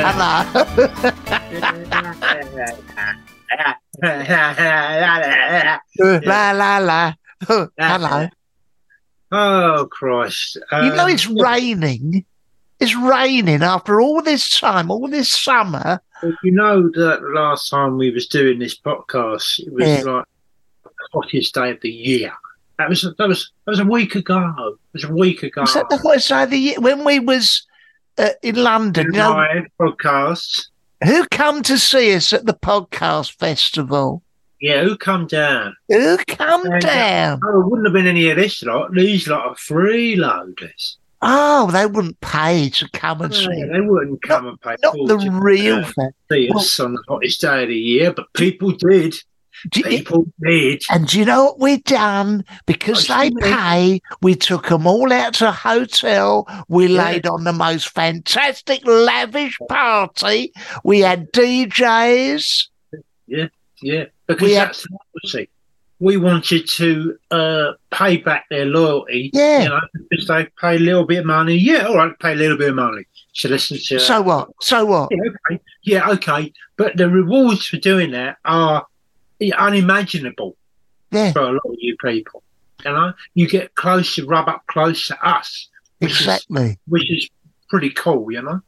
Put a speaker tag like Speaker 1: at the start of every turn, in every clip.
Speaker 1: Oh la la la. Oh, hello.
Speaker 2: Oh Christ!
Speaker 1: You know
Speaker 2: Um,
Speaker 1: it's raining. It's raining after all this time, all this summer.
Speaker 2: you know that last time we was doing this podcast, it was
Speaker 1: Yeah.
Speaker 2: like the hottest day of the year. That was that was that was a week ago. It was a week ago.
Speaker 1: Was that the hottest day of the year? When we was uh, in London, you know,
Speaker 2: Live podcast.
Speaker 1: who come to see us at the podcast festival?
Speaker 2: Yeah, who come down?
Speaker 1: Who come
Speaker 2: Yeah, yeah.
Speaker 1: down?
Speaker 2: Oh, it wouldn't have been any of this lot. These lot are freeloaders.
Speaker 1: Oh, they wouldn't pay to come and see. us.
Speaker 2: They wouldn't come and pay
Speaker 1: Not
Speaker 2: full
Speaker 1: the
Speaker 2: to
Speaker 1: real
Speaker 2: uh,
Speaker 1: thing.
Speaker 2: see us on the hottest day of the year, but people did.
Speaker 1: Do you-
Speaker 2: People did.
Speaker 1: And do you know what we done? Because
Speaker 2: Oh,
Speaker 1: they
Speaker 2: excuse me.
Speaker 1: pay, we took them all out to a hotel. We
Speaker 2: Yeah.
Speaker 1: laid on the most fantastic, lavish party. We had DJs.
Speaker 2: Yeah, because
Speaker 1: We
Speaker 2: that's the loyalty. We wanted to uh, pay back their loyalty.
Speaker 1: Yeah.
Speaker 2: You know, because they pay a little bit of money. Yeah, all right, pay a little bit of money. So listen to
Speaker 1: So what? So what?
Speaker 2: yeah, okay. Yeah, okay. But the rewards for doing that are unimaginable
Speaker 1: Yeah,
Speaker 2: for a lot of you people. You know, you get close to rub up close to us, which
Speaker 1: exactly.
Speaker 2: is which is pretty cool. You know,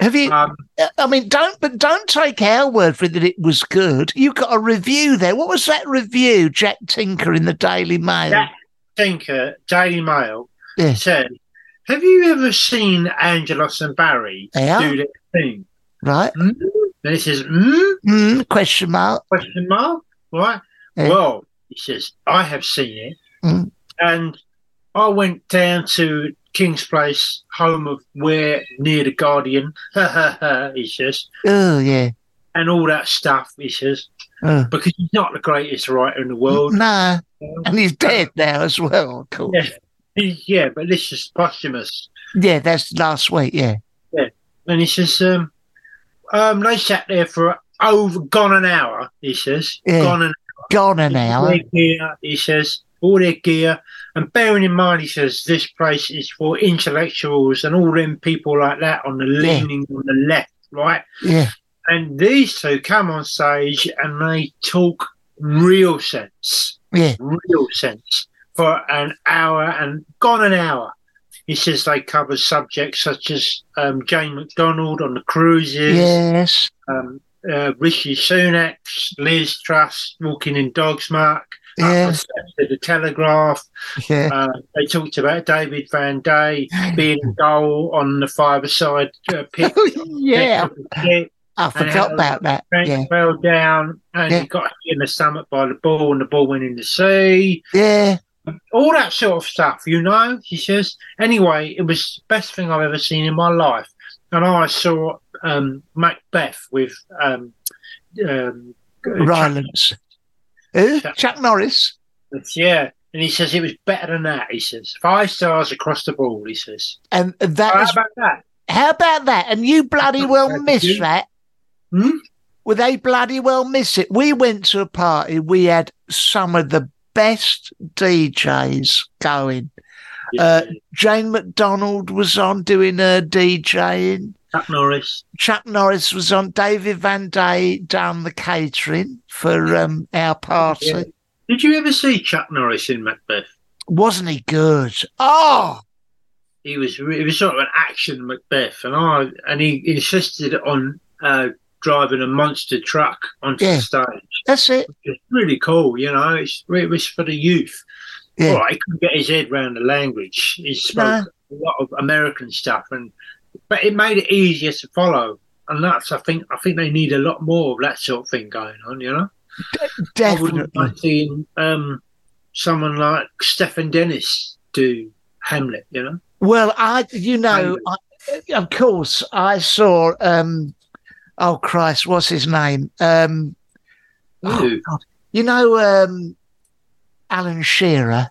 Speaker 1: Have you?
Speaker 2: um,
Speaker 1: I mean, don't but don't take our word for it that it was good. You got a review there. What was that review? Jack Tinker in the Daily Mail.
Speaker 2: Jack Tinker Daily Mail
Speaker 1: Yeah.
Speaker 2: said, "Have you ever seen Angelos and Barry
Speaker 1: Yeah. Hmm?
Speaker 2: do their thing?"
Speaker 1: Right?
Speaker 2: Mm? Then he says, mm?
Speaker 1: Mm, question mark.
Speaker 2: question mark, right?
Speaker 1: Yeah.
Speaker 2: Well, he says, I have seen it.
Speaker 1: Mm.
Speaker 2: And I went down to King's Place, home of where near the Guardian, he says,
Speaker 1: Oh yeah.
Speaker 2: and all that stuff, he says,
Speaker 1: Oh.
Speaker 2: because he's not the greatest writer in the world.
Speaker 1: No. And he's dead now as well, of course.
Speaker 2: Yeah. He- yeah, but this is posthumous.
Speaker 1: Yeah, that's last week. Yeah,
Speaker 2: And he says, um, um, they sat there for over gone an hour, he says,
Speaker 1: Yeah.
Speaker 2: gone an
Speaker 1: gone an hour.
Speaker 2: Their gear, he says, all their gear. And bearing in mind, he says, this place is for intellectuals and all them people like that on the leaning on the left, right?
Speaker 1: Yeah,
Speaker 2: And these two come on stage and they talk real sense,
Speaker 1: yeah,
Speaker 2: real sense for an hour and gone an hour. He says they cover subjects such as um, Jane McDonald on the cruises,
Speaker 1: yes,
Speaker 2: um, uh, Rishi Sunak, Liz Truss, Walking in Dogs Mark, uh,
Speaker 1: yeah,
Speaker 2: to the Telegraph.
Speaker 1: yeah.
Speaker 2: Uh, they talked about David Van Day being a goal on the five-a-side uh, pitch.
Speaker 1: Oh, yeah, I forgot about that.
Speaker 2: Frank
Speaker 1: Yeah,
Speaker 2: fell down and
Speaker 1: Yeah.
Speaker 2: he got hit in the stomach by the ball, and the ball went in the sea.
Speaker 1: yeah,
Speaker 2: All that sort of stuff, you know. He says. Anyway, it was the best thing I've ever seen in my life, and I saw um, Macbeth with um, um,
Speaker 1: Rylance. Who?
Speaker 2: Chuck-
Speaker 1: Chuck Norris.
Speaker 2: Yeah, and he says it was better than that. He says five stars across the board. He says.
Speaker 1: And that
Speaker 2: How
Speaker 1: was.
Speaker 2: about that?
Speaker 1: How about that? And you bloody well missed that.
Speaker 2: Hmm?
Speaker 1: Well, they bloody well miss it. We went to a party. We had some of the best DJs going. Uh, Jane McDonald was on doing her DJing.
Speaker 2: Chuck Norris.
Speaker 1: Chuck Norris was on. David Van Day done the catering for um, our party.
Speaker 2: Yeah. Did you ever see Chuck Norris in Macbeth?
Speaker 1: Wasn't he good? Oh,
Speaker 2: He was re- he was sort of an action Macbeth, and I and he insisted on uh, driving a monster truck onto
Speaker 1: Yeah.
Speaker 2: the stage.
Speaker 1: that's it.
Speaker 2: It's really cool, you know. It's it was for the youth.
Speaker 1: Yeah.
Speaker 2: All right, he couldn't get his head round the language. He spoke
Speaker 1: No.
Speaker 2: a lot of American stuff, and but it made it easier to follow. And that's I think I think they need a lot more of that sort of thing going on. You know,
Speaker 1: De-
Speaker 2: I wouldn't
Speaker 1: definitely.
Speaker 2: mind seeing um, someone like Stephen Dennis do Hamlet. You know,
Speaker 1: Well, I, you know, I, of course, I saw. um Oh Christ, what's his name? Um Oh,
Speaker 2: Ooh,
Speaker 1: You know, um Alan Shearer.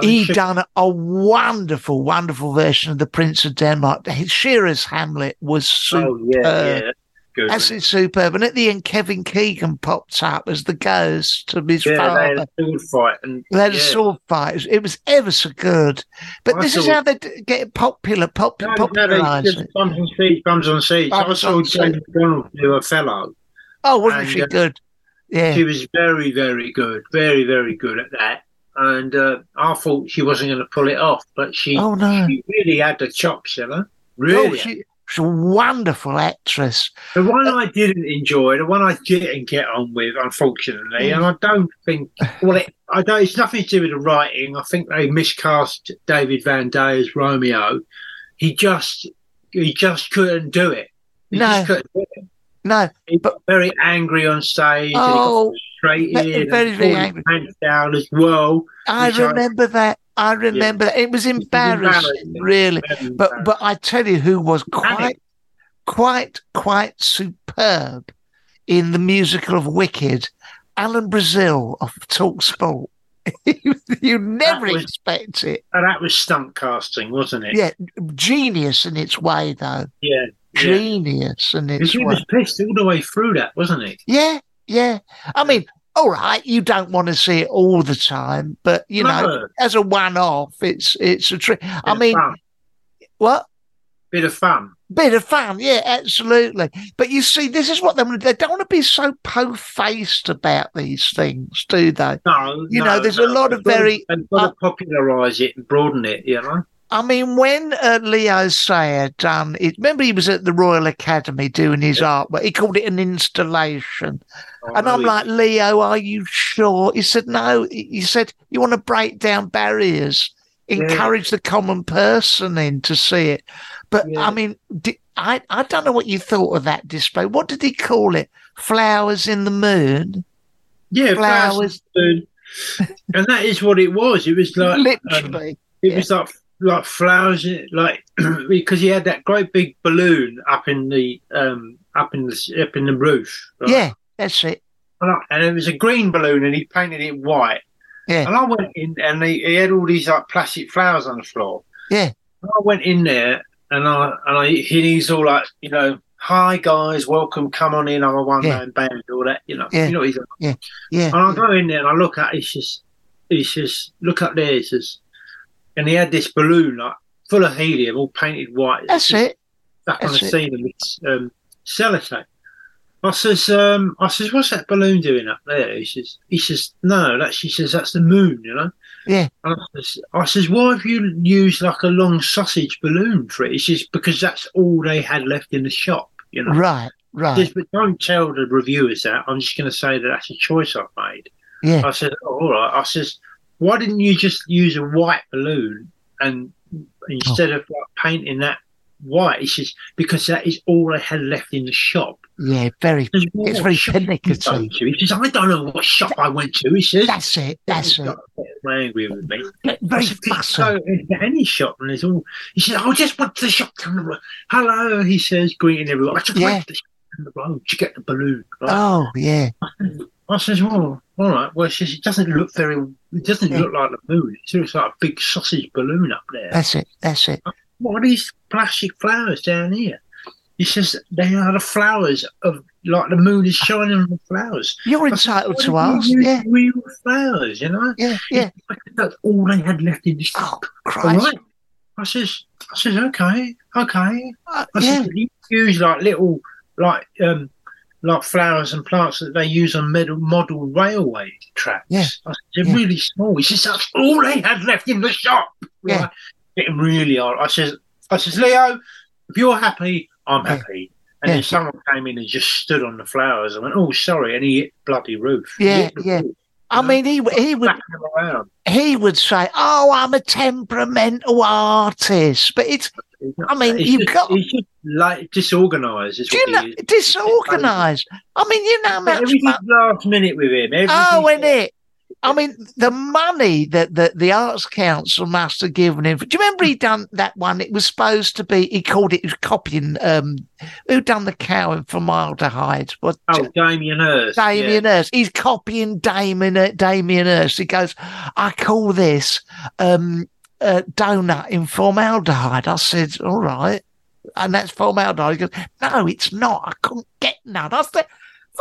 Speaker 2: I mean,
Speaker 1: he
Speaker 2: Oh, shit,
Speaker 1: done a wonderful, wonderful version of the Prince of Denmark. Shearer's Hamlet was superb,
Speaker 2: oh yeah, yeah, that's good.
Speaker 1: absolutely superb. And at the end, Kevin Keegan popped up as the ghost of his
Speaker 2: yeah, they
Speaker 1: father.
Speaker 2: had a sword fight, and
Speaker 1: They had a
Speaker 2: yeah.
Speaker 1: sword fight. It was ever so good. But
Speaker 2: I
Speaker 1: this is
Speaker 2: saw-
Speaker 1: how they d- get it popular, pop,
Speaker 2: No, no, they
Speaker 1: popularise
Speaker 2: did
Speaker 1: it.
Speaker 2: Bums on seats, bums on seats. I
Speaker 1: Bums
Speaker 2: saw
Speaker 1: on
Speaker 2: Jane McDonald do a fellow.
Speaker 1: Oh, wasn't
Speaker 2: and,
Speaker 1: she
Speaker 2: uh,
Speaker 1: good? Yeah.
Speaker 2: She was very, very good, very, very good at that. And uh, I thought she wasn't going to pull it off, but she,
Speaker 1: Oh, no.
Speaker 2: she really had the chops, you know.
Speaker 1: Oh,
Speaker 2: Really.
Speaker 1: she, Oh. she's a wonderful actress.
Speaker 2: the one I didn't enjoy, the one I didn't get on with, unfortunately,
Speaker 1: Mm.
Speaker 2: and I don't think well, it, I don't. It's nothing to do with the writing. I think they miscast David Van Day as Romeo. He just, he just couldn't do it. He
Speaker 1: No.
Speaker 2: just couldn't do it.
Speaker 1: No,
Speaker 2: He got very angry on stage.
Speaker 1: Oh,
Speaker 2: and he got
Speaker 1: very,
Speaker 2: frustrated. and
Speaker 1: very
Speaker 2: pulled his
Speaker 1: angry.
Speaker 2: Pants down as well.
Speaker 1: I
Speaker 2: Which I-
Speaker 1: remember that. I remember that. It was embarrassing,
Speaker 2: embarrassing.
Speaker 1: really.
Speaker 2: Very
Speaker 1: But but I tell you who was
Speaker 2: Panic.
Speaker 1: quite quite quite superb in the musical of Wicked, Alan Brazil of Talk Sport. you, you never
Speaker 2: was-
Speaker 1: expect it.
Speaker 2: and that was stunt casting, wasn't it?
Speaker 1: Yeah, genius in its way though.
Speaker 2: yeah. yeah.
Speaker 1: Genius in
Speaker 2: 'Cause
Speaker 1: its
Speaker 2: he
Speaker 1: way.
Speaker 2: was pissed all the way through that, wasn't it?
Speaker 1: Yeah, yeah. I mean, all right, you don't want to see it all the time, but you know, as a one-off, it's it's a trick. I mean, what?
Speaker 2: bit of fun.
Speaker 1: Bit of fun, yeah, absolutely. But you see, this is what they want to do. They don't want to be so po-faced about these things, do they?
Speaker 2: No,
Speaker 1: You
Speaker 2: no,
Speaker 1: know, there's a
Speaker 2: no.
Speaker 1: lot
Speaker 2: They've
Speaker 1: of
Speaker 2: got to-
Speaker 1: very- uh,
Speaker 2: They've got to popularise it and broaden it. You know,
Speaker 1: I mean, when uh, Leo Sayer done it, remember he was at the Royal Academy doing his artwork. He called it an installation,
Speaker 2: I
Speaker 1: and
Speaker 2: know
Speaker 1: I'm
Speaker 2: Oh, he-
Speaker 1: like, Leo, are you sure? He said, no. He said, you want to break down barriers, encourage the common person in to see it. But
Speaker 2: Yeah.
Speaker 1: I mean, di- I I don't know what you thought of that display. What did he call it? Flowers in the moon.
Speaker 2: yeah,
Speaker 1: flowers.
Speaker 2: flowers. and that is what it was. It was like um,
Speaker 1: Literally.
Speaker 2: It
Speaker 1: Yeah.
Speaker 2: was like like flowers, like because he had that great big balloon up in the um up in the up in the roof. right?
Speaker 1: yeah, that's it.
Speaker 2: and, I- and it was a green balloon, and he painted it white.
Speaker 1: Yeah.
Speaker 2: and I went in, and he, he had all these like plastic flowers on the floor.
Speaker 1: Yeah.
Speaker 2: and I went in there, and I and I he's all like, you know, hi guys, welcome, come on in, I'm a one man band, all that, you know,
Speaker 1: Yeah.
Speaker 2: you know, what he's like.
Speaker 1: Yeah.
Speaker 2: And I go in there and I look at he says he says, Look up there, he says and he had this balloon like full of helium all painted white
Speaker 1: That's it.
Speaker 2: stuck on the
Speaker 1: that's it.
Speaker 2: ceiling with um cellotape. I says, um, I says, what's that balloon doing up there? He says, he says, no, that she says that's the moon, you know.
Speaker 1: Yeah.
Speaker 2: And I says, I says, why have you used like a long sausage balloon for it? He says, because that's all they had left in the shop, you know.
Speaker 1: Right. Right.
Speaker 2: Just, but don't tell the reviewers that. I'm just going to say that that's a choice I've made.
Speaker 1: Yeah.
Speaker 2: I said, oh, all right. I says, why didn't you just use a white balloon and instead of like, painting that white? He says, because that is all I had left in the shop.
Speaker 1: yeah. Very.
Speaker 2: I says, "Well,
Speaker 1: It's
Speaker 2: what
Speaker 1: very
Speaker 2: shop did you go
Speaker 1: pernickety.
Speaker 2: to?" He says, I don't know what shop I went to. He says,
Speaker 1: That's it. That's
Speaker 2: He
Speaker 1: it.
Speaker 2: got angry with me. I
Speaker 1: Very
Speaker 2: said, "Can you
Speaker 1: fussy.
Speaker 2: Go into any shop and there's all. He says, "I just went to the shop down the road." Hello, he says, greeting everyone. I just
Speaker 1: Yeah.
Speaker 2: went to the shop down the road to get the balloon. right?
Speaker 1: Oh yeah. Oh.
Speaker 2: I says, "Well, all right." Well, she says, "It doesn't look very. It doesn't
Speaker 1: Yeah.
Speaker 2: look like the moon. It looks like a big sausage balloon up there.
Speaker 1: That's it. That's it.
Speaker 2: what are these plastic flowers down here?" He says, "They are the flowers of like the moon is shining on the flowers."
Speaker 1: You're
Speaker 2: I said,
Speaker 1: entitled
Speaker 2: "Why didn't
Speaker 1: to ask.
Speaker 2: you use
Speaker 1: Yeah.
Speaker 2: real flowers, you know.
Speaker 1: Yeah. Yeah.
Speaker 2: That's all they had left in the shop.
Speaker 1: Oh Christ.
Speaker 2: All right. I says, I says, okay, okay.
Speaker 1: Uh,
Speaker 2: I
Speaker 1: yeah.
Speaker 2: says, you use like little, like, um, like flowers and plants that they use on metal model railway tracks.
Speaker 1: Yeah.
Speaker 2: I said, they're
Speaker 1: Yeah.
Speaker 2: really small. He says, that's all they had left in the shop.
Speaker 1: Yeah.
Speaker 2: Right. Getting really hard. I says, I says, Leo, if you're happy, I'm
Speaker 1: Yeah.
Speaker 2: happy. And
Speaker 1: Yeah.
Speaker 2: then someone came in and just stood on the flowers and went, oh, sorry. And he hit bloody roof. He
Speaker 1: Yeah,
Speaker 2: hit the
Speaker 1: yeah.
Speaker 2: roof.
Speaker 1: I mean, he he would
Speaker 2: Back him around.
Speaker 1: he would say, "Oh, I'm a temperamental artist," but it's
Speaker 2: He's
Speaker 1: I mean,
Speaker 2: he's
Speaker 1: you've
Speaker 2: just,
Speaker 1: got-
Speaker 2: he's just like disorganised. Is
Speaker 1: do you
Speaker 2: what
Speaker 1: know
Speaker 2: he is.
Speaker 1: disorganized. I mean, you know how
Speaker 2: But
Speaker 1: much
Speaker 2: everything's
Speaker 1: mo-
Speaker 2: last minute with him. Everything's
Speaker 1: oh, in it. I mean, the money that the, the Arts Council must have given him. Do you remember he done that one? It was supposed to be. He called it. He was copying. Um, who done the cow in formaldehyde? What
Speaker 2: Oh, Damien Hirst.
Speaker 1: Damien Hirst. He's copying Damien Damien Hirst. He goes, I call this um, uh, donut in formaldehyde. I said, all right, and that's formaldehyde. He goes, no, it's not. I couldn't get none. I said.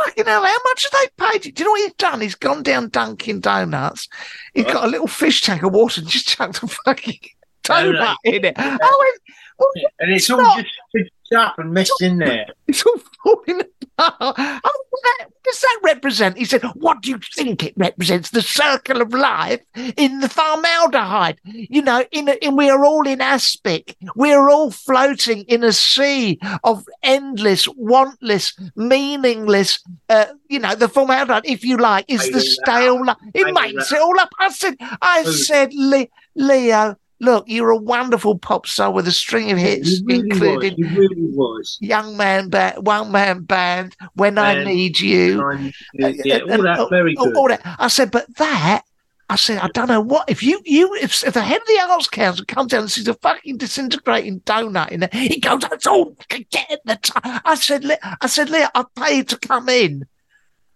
Speaker 1: Fucking hell, how much have they paid you? Do you know what he's done? He's gone down Dunkin' Donuts. He's got a little fish tank of water and just chucked a fucking
Speaker 2: Donut.
Speaker 1: donut in it. I went,
Speaker 2: Yeah. And it's all
Speaker 1: Stop.
Speaker 2: just fixed up and messed in there.
Speaker 1: It's all falling apart. I mean, what does that represent? He said, What do you think it represents? The circle of life in the formaldehyde. You know, in, a, in we are all in aspic. We're all floating in a sea of endless, wantless, meaningless. Uh, you know, the formaldehyde, if you like, is
Speaker 2: Made
Speaker 1: the
Speaker 2: all
Speaker 1: stale. Li- it
Speaker 2: Made all
Speaker 1: makes it all up. I said, I
Speaker 2: Food.
Speaker 1: said, Le- Leo, look, you're a wonderful pop star with a string of hits,
Speaker 2: He really
Speaker 1: including
Speaker 2: was. He really was.
Speaker 1: young man band, one man band, when I
Speaker 2: Man.
Speaker 1: need you.
Speaker 2: And, uh, yeah, all
Speaker 1: And-
Speaker 2: that very
Speaker 1: all-
Speaker 2: good.
Speaker 1: all that. I said, but that. I said, I don't know what if you you if, if the head of the arts council comes down and sees a fucking disintegrating donut in there, he goes, "That's all we can get at the time." I said, "Le- I said, Leah, I paid to come in.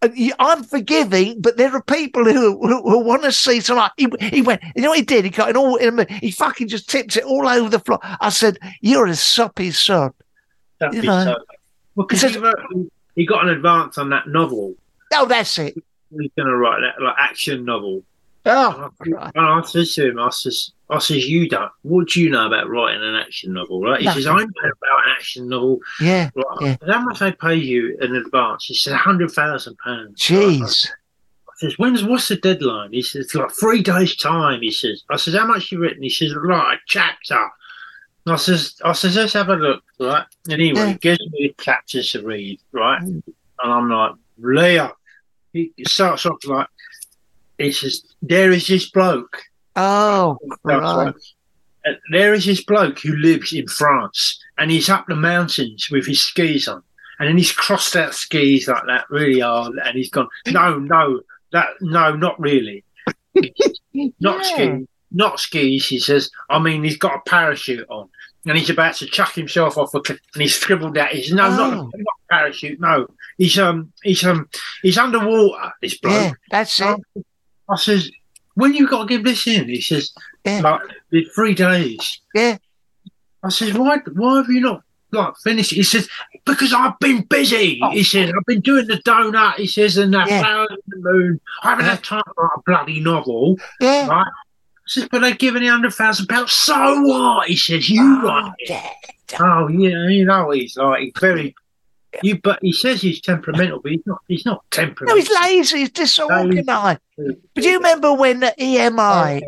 Speaker 1: And you- I'm forgiving, but there are people who who, who want to see some. He, he went, you know what he did? He got it all in a minute. He fucking just tipped it all over the floor. I said, "You're a soppy sod."
Speaker 2: That'd be
Speaker 1: you know.
Speaker 2: so- Well, 'cause
Speaker 1: It
Speaker 2: he,
Speaker 1: says-
Speaker 2: wrote, he got an advance on that novel.
Speaker 1: Oh, that's it.
Speaker 2: He's going to write that like action novel.
Speaker 1: Oh,
Speaker 2: And I, and I says to him, I says, I says, you don't. What do you know about writing an action novel? Right? He says, I know about an action novel.
Speaker 1: yeah.
Speaker 2: Right.
Speaker 1: Yeah.
Speaker 2: How much they pay you in advance? He said, hundred thousand pounds.
Speaker 1: Jeez.
Speaker 2: I says, when's what's the deadline? He says, like three days time. He says, I says, how much you written? He says, right, a chapter. And I says, I says, let's have a look, right? And anyway,
Speaker 1: Yeah.
Speaker 2: he gives me the chapters to read, right? And I'm like, Leo. He starts off like, he says, there is this bloke.
Speaker 1: Oh, right.
Speaker 2: And Uh, there is this bloke who lives in France, and he's up the mountains with his skis on, and then he's crossed out skis like that really hard, and he's gone, no, no, that no, not really, not skis, not skis. He says, I mean, he's got a parachute on, and he's about to chuck himself off a cliff, and he's scribbled out, he's no, not,
Speaker 1: Oh.
Speaker 2: not a parachute, no, he's um, he's um, he's underwater. This bloke.
Speaker 1: Yeah, that's it.
Speaker 2: I says, when you got to give this in? He says,
Speaker 1: Yeah.
Speaker 2: like, in three days.
Speaker 1: Yeah.
Speaker 2: I says, why, why have you not like finished? it?" He says, because I've been busy.
Speaker 1: Oh.
Speaker 2: He says, I've been doing the donut. He says, and that
Speaker 1: Yeah.
Speaker 2: flowers in the moon. I haven't
Speaker 1: Yeah.
Speaker 2: had time to write a bloody novel.
Speaker 1: Yeah.
Speaker 2: Right? I says, but they're giving you hundred thousand pounds. So what? He says, you
Speaker 1: Oh,
Speaker 2: write it.
Speaker 1: yeah.
Speaker 2: Oh yeah, you know he's like he's very. You, but he says he's temperamental, but he's not. He's not
Speaker 1: No,
Speaker 2: temperamental.
Speaker 1: he's lazy. He's disorganized. But do you remember when the
Speaker 2: Oh,
Speaker 1: EMI,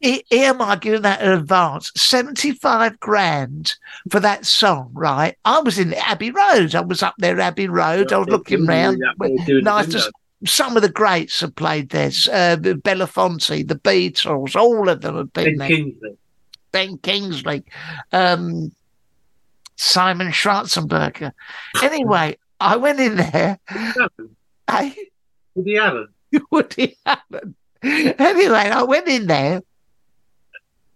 Speaker 1: E- EMI giving that an advance, 75 grand for that song, right? I was in Abbey Road. I was up there, Abbey Road. I was looking round. Nice to Some of the greats have played this. Uh, Belafonte, the Beatles, all of them have
Speaker 2: Ben
Speaker 1: been there.
Speaker 2: Kingsley.
Speaker 1: Ben Kingsley, um, Simon Schwarzenberger. Anyway, I went in there. I,
Speaker 2: Woody Allen.
Speaker 1: Woody Allen. Anyway, I went in there.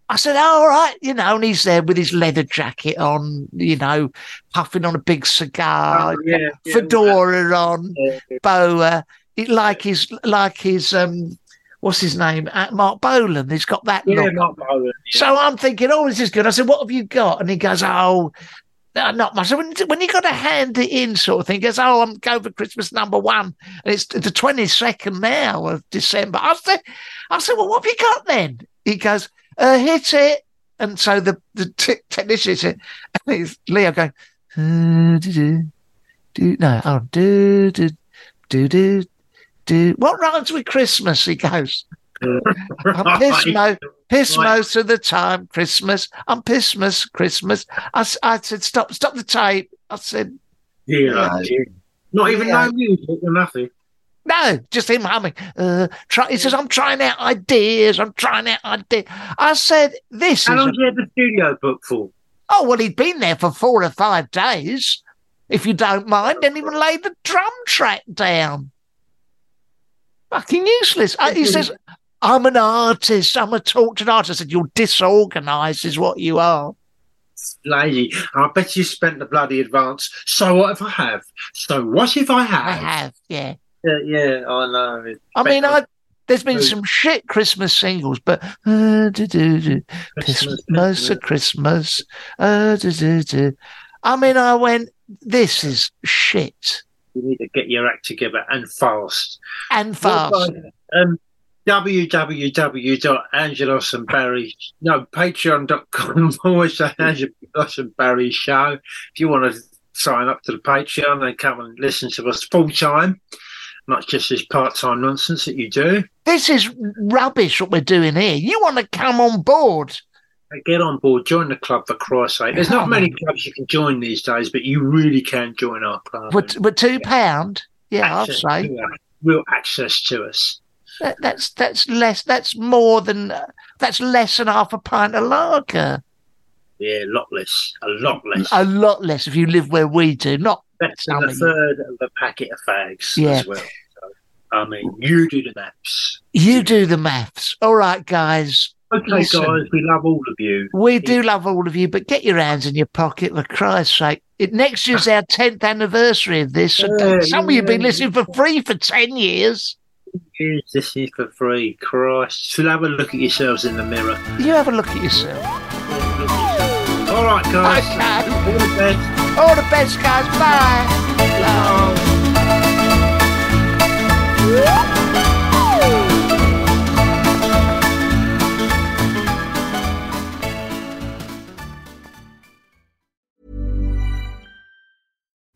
Speaker 1: I said, "Oh, all right, you know, and he's there with his leather jacket on, you know, puffing on a big cigar,
Speaker 2: Oh, yeah, yeah,
Speaker 1: fedora on,
Speaker 2: yeah, yeah.
Speaker 1: boa, it, like his, like his, um, what's his name, Uh, Mark Bolan. He's got that
Speaker 2: Yeah,
Speaker 1: look.
Speaker 2: Mark Bolan. yeah.
Speaker 1: So I'm thinking, oh, this is good. I said, what have you got? And he goes, oh, uh, not much. So when, when you got to hand it in, sort of thing, he goes, oh, I'm going for Christmas number one, and it's the 22nd now of December. I said, I said, well, what have you got then? He goes, uh, hit it. And so the the t- technician hits it, and it's Leo going, uh, do do do no, oh do do do do do. What rhymes with Christmas? He goes, I'm pissed,
Speaker 2: Right.
Speaker 1: mate. Piss
Speaker 2: Right.
Speaker 1: most of the time, Christmas. I'm Pissmas, Christmas. I, s- I said, stop, stop the tape. I said,
Speaker 2: Yeah,
Speaker 1: Yeah.
Speaker 2: yeah. Not even
Speaker 1: Yeah.
Speaker 2: no music or nothing.
Speaker 1: No, just him humming. Uh, try, he says, I'm trying out ideas. I'm trying out ideas. I said, this
Speaker 2: How
Speaker 1: is. a-
Speaker 2: long do you have the studio booked for?
Speaker 1: oh, well, he'd been there for four or five days. If you don't mind, and even lay the drum track down. Fucking useless. Uh, he says, I'm an artist. I'm a tortured artist. I said, You're disorganized, is what you are.
Speaker 2: Lazy. I bet you spent the bloody advance. So what if I have? So what if I
Speaker 1: I
Speaker 2: have?
Speaker 1: have, yeah.
Speaker 2: Yeah, yeah, I know. It's
Speaker 1: I mean,
Speaker 2: better.
Speaker 1: I there's been
Speaker 2: Right.
Speaker 1: some shit Christmas singles, but uh, do, do, do,
Speaker 2: Christmas,
Speaker 1: Christmas to Christmas. Uh, do, do, do. I mean, I went, this is shit
Speaker 2: you need to get your act together and fast.
Speaker 1: and fast.
Speaker 2: Um, www.angelos and Barry, no, patreon.com forward slash Angelos and Barry show. If you want to sign up to the Patreon and come and listen to us full time, not just this part time nonsense that you do,
Speaker 1: This is rubbish what we're doing here. You want to come on board?
Speaker 2: get on board, join the club for Christ's sake. There's not many clubs you can join these days, but you really can join our club.
Speaker 1: We're, we're two pound. Yeah, I'd
Speaker 2: Access
Speaker 1: say
Speaker 2: to us, Real access to us.
Speaker 1: that, that's that's less. That's more than uh, that's less than half a pint of lager.
Speaker 2: Yeah, a lot less. A lot less.
Speaker 1: A lot less if you live where we do. Not
Speaker 2: That's than a
Speaker 1: Dummy.
Speaker 2: third of a packet of fags
Speaker 1: Yeah.
Speaker 2: as well. So, I mean, you do the maps.
Speaker 1: You do the maths. All right, guys.
Speaker 2: Okay,
Speaker 1: Listen.
Speaker 2: guys, we love all of you.
Speaker 1: We do love all of you, but get your hands in your pocket for Christ's sake. It, next year's our 10th anniversary of this. and
Speaker 2: Yeah,
Speaker 1: Some of you have been
Speaker 2: yeah.
Speaker 1: listening for free for 10 years.
Speaker 2: Here's this is for free. Christ. So have a look at yourselves in the mirror.
Speaker 1: You have a look at yourself.
Speaker 2: All right, guys.
Speaker 1: Okay.
Speaker 2: All the best.
Speaker 1: All the best, guys. Bye. Bye.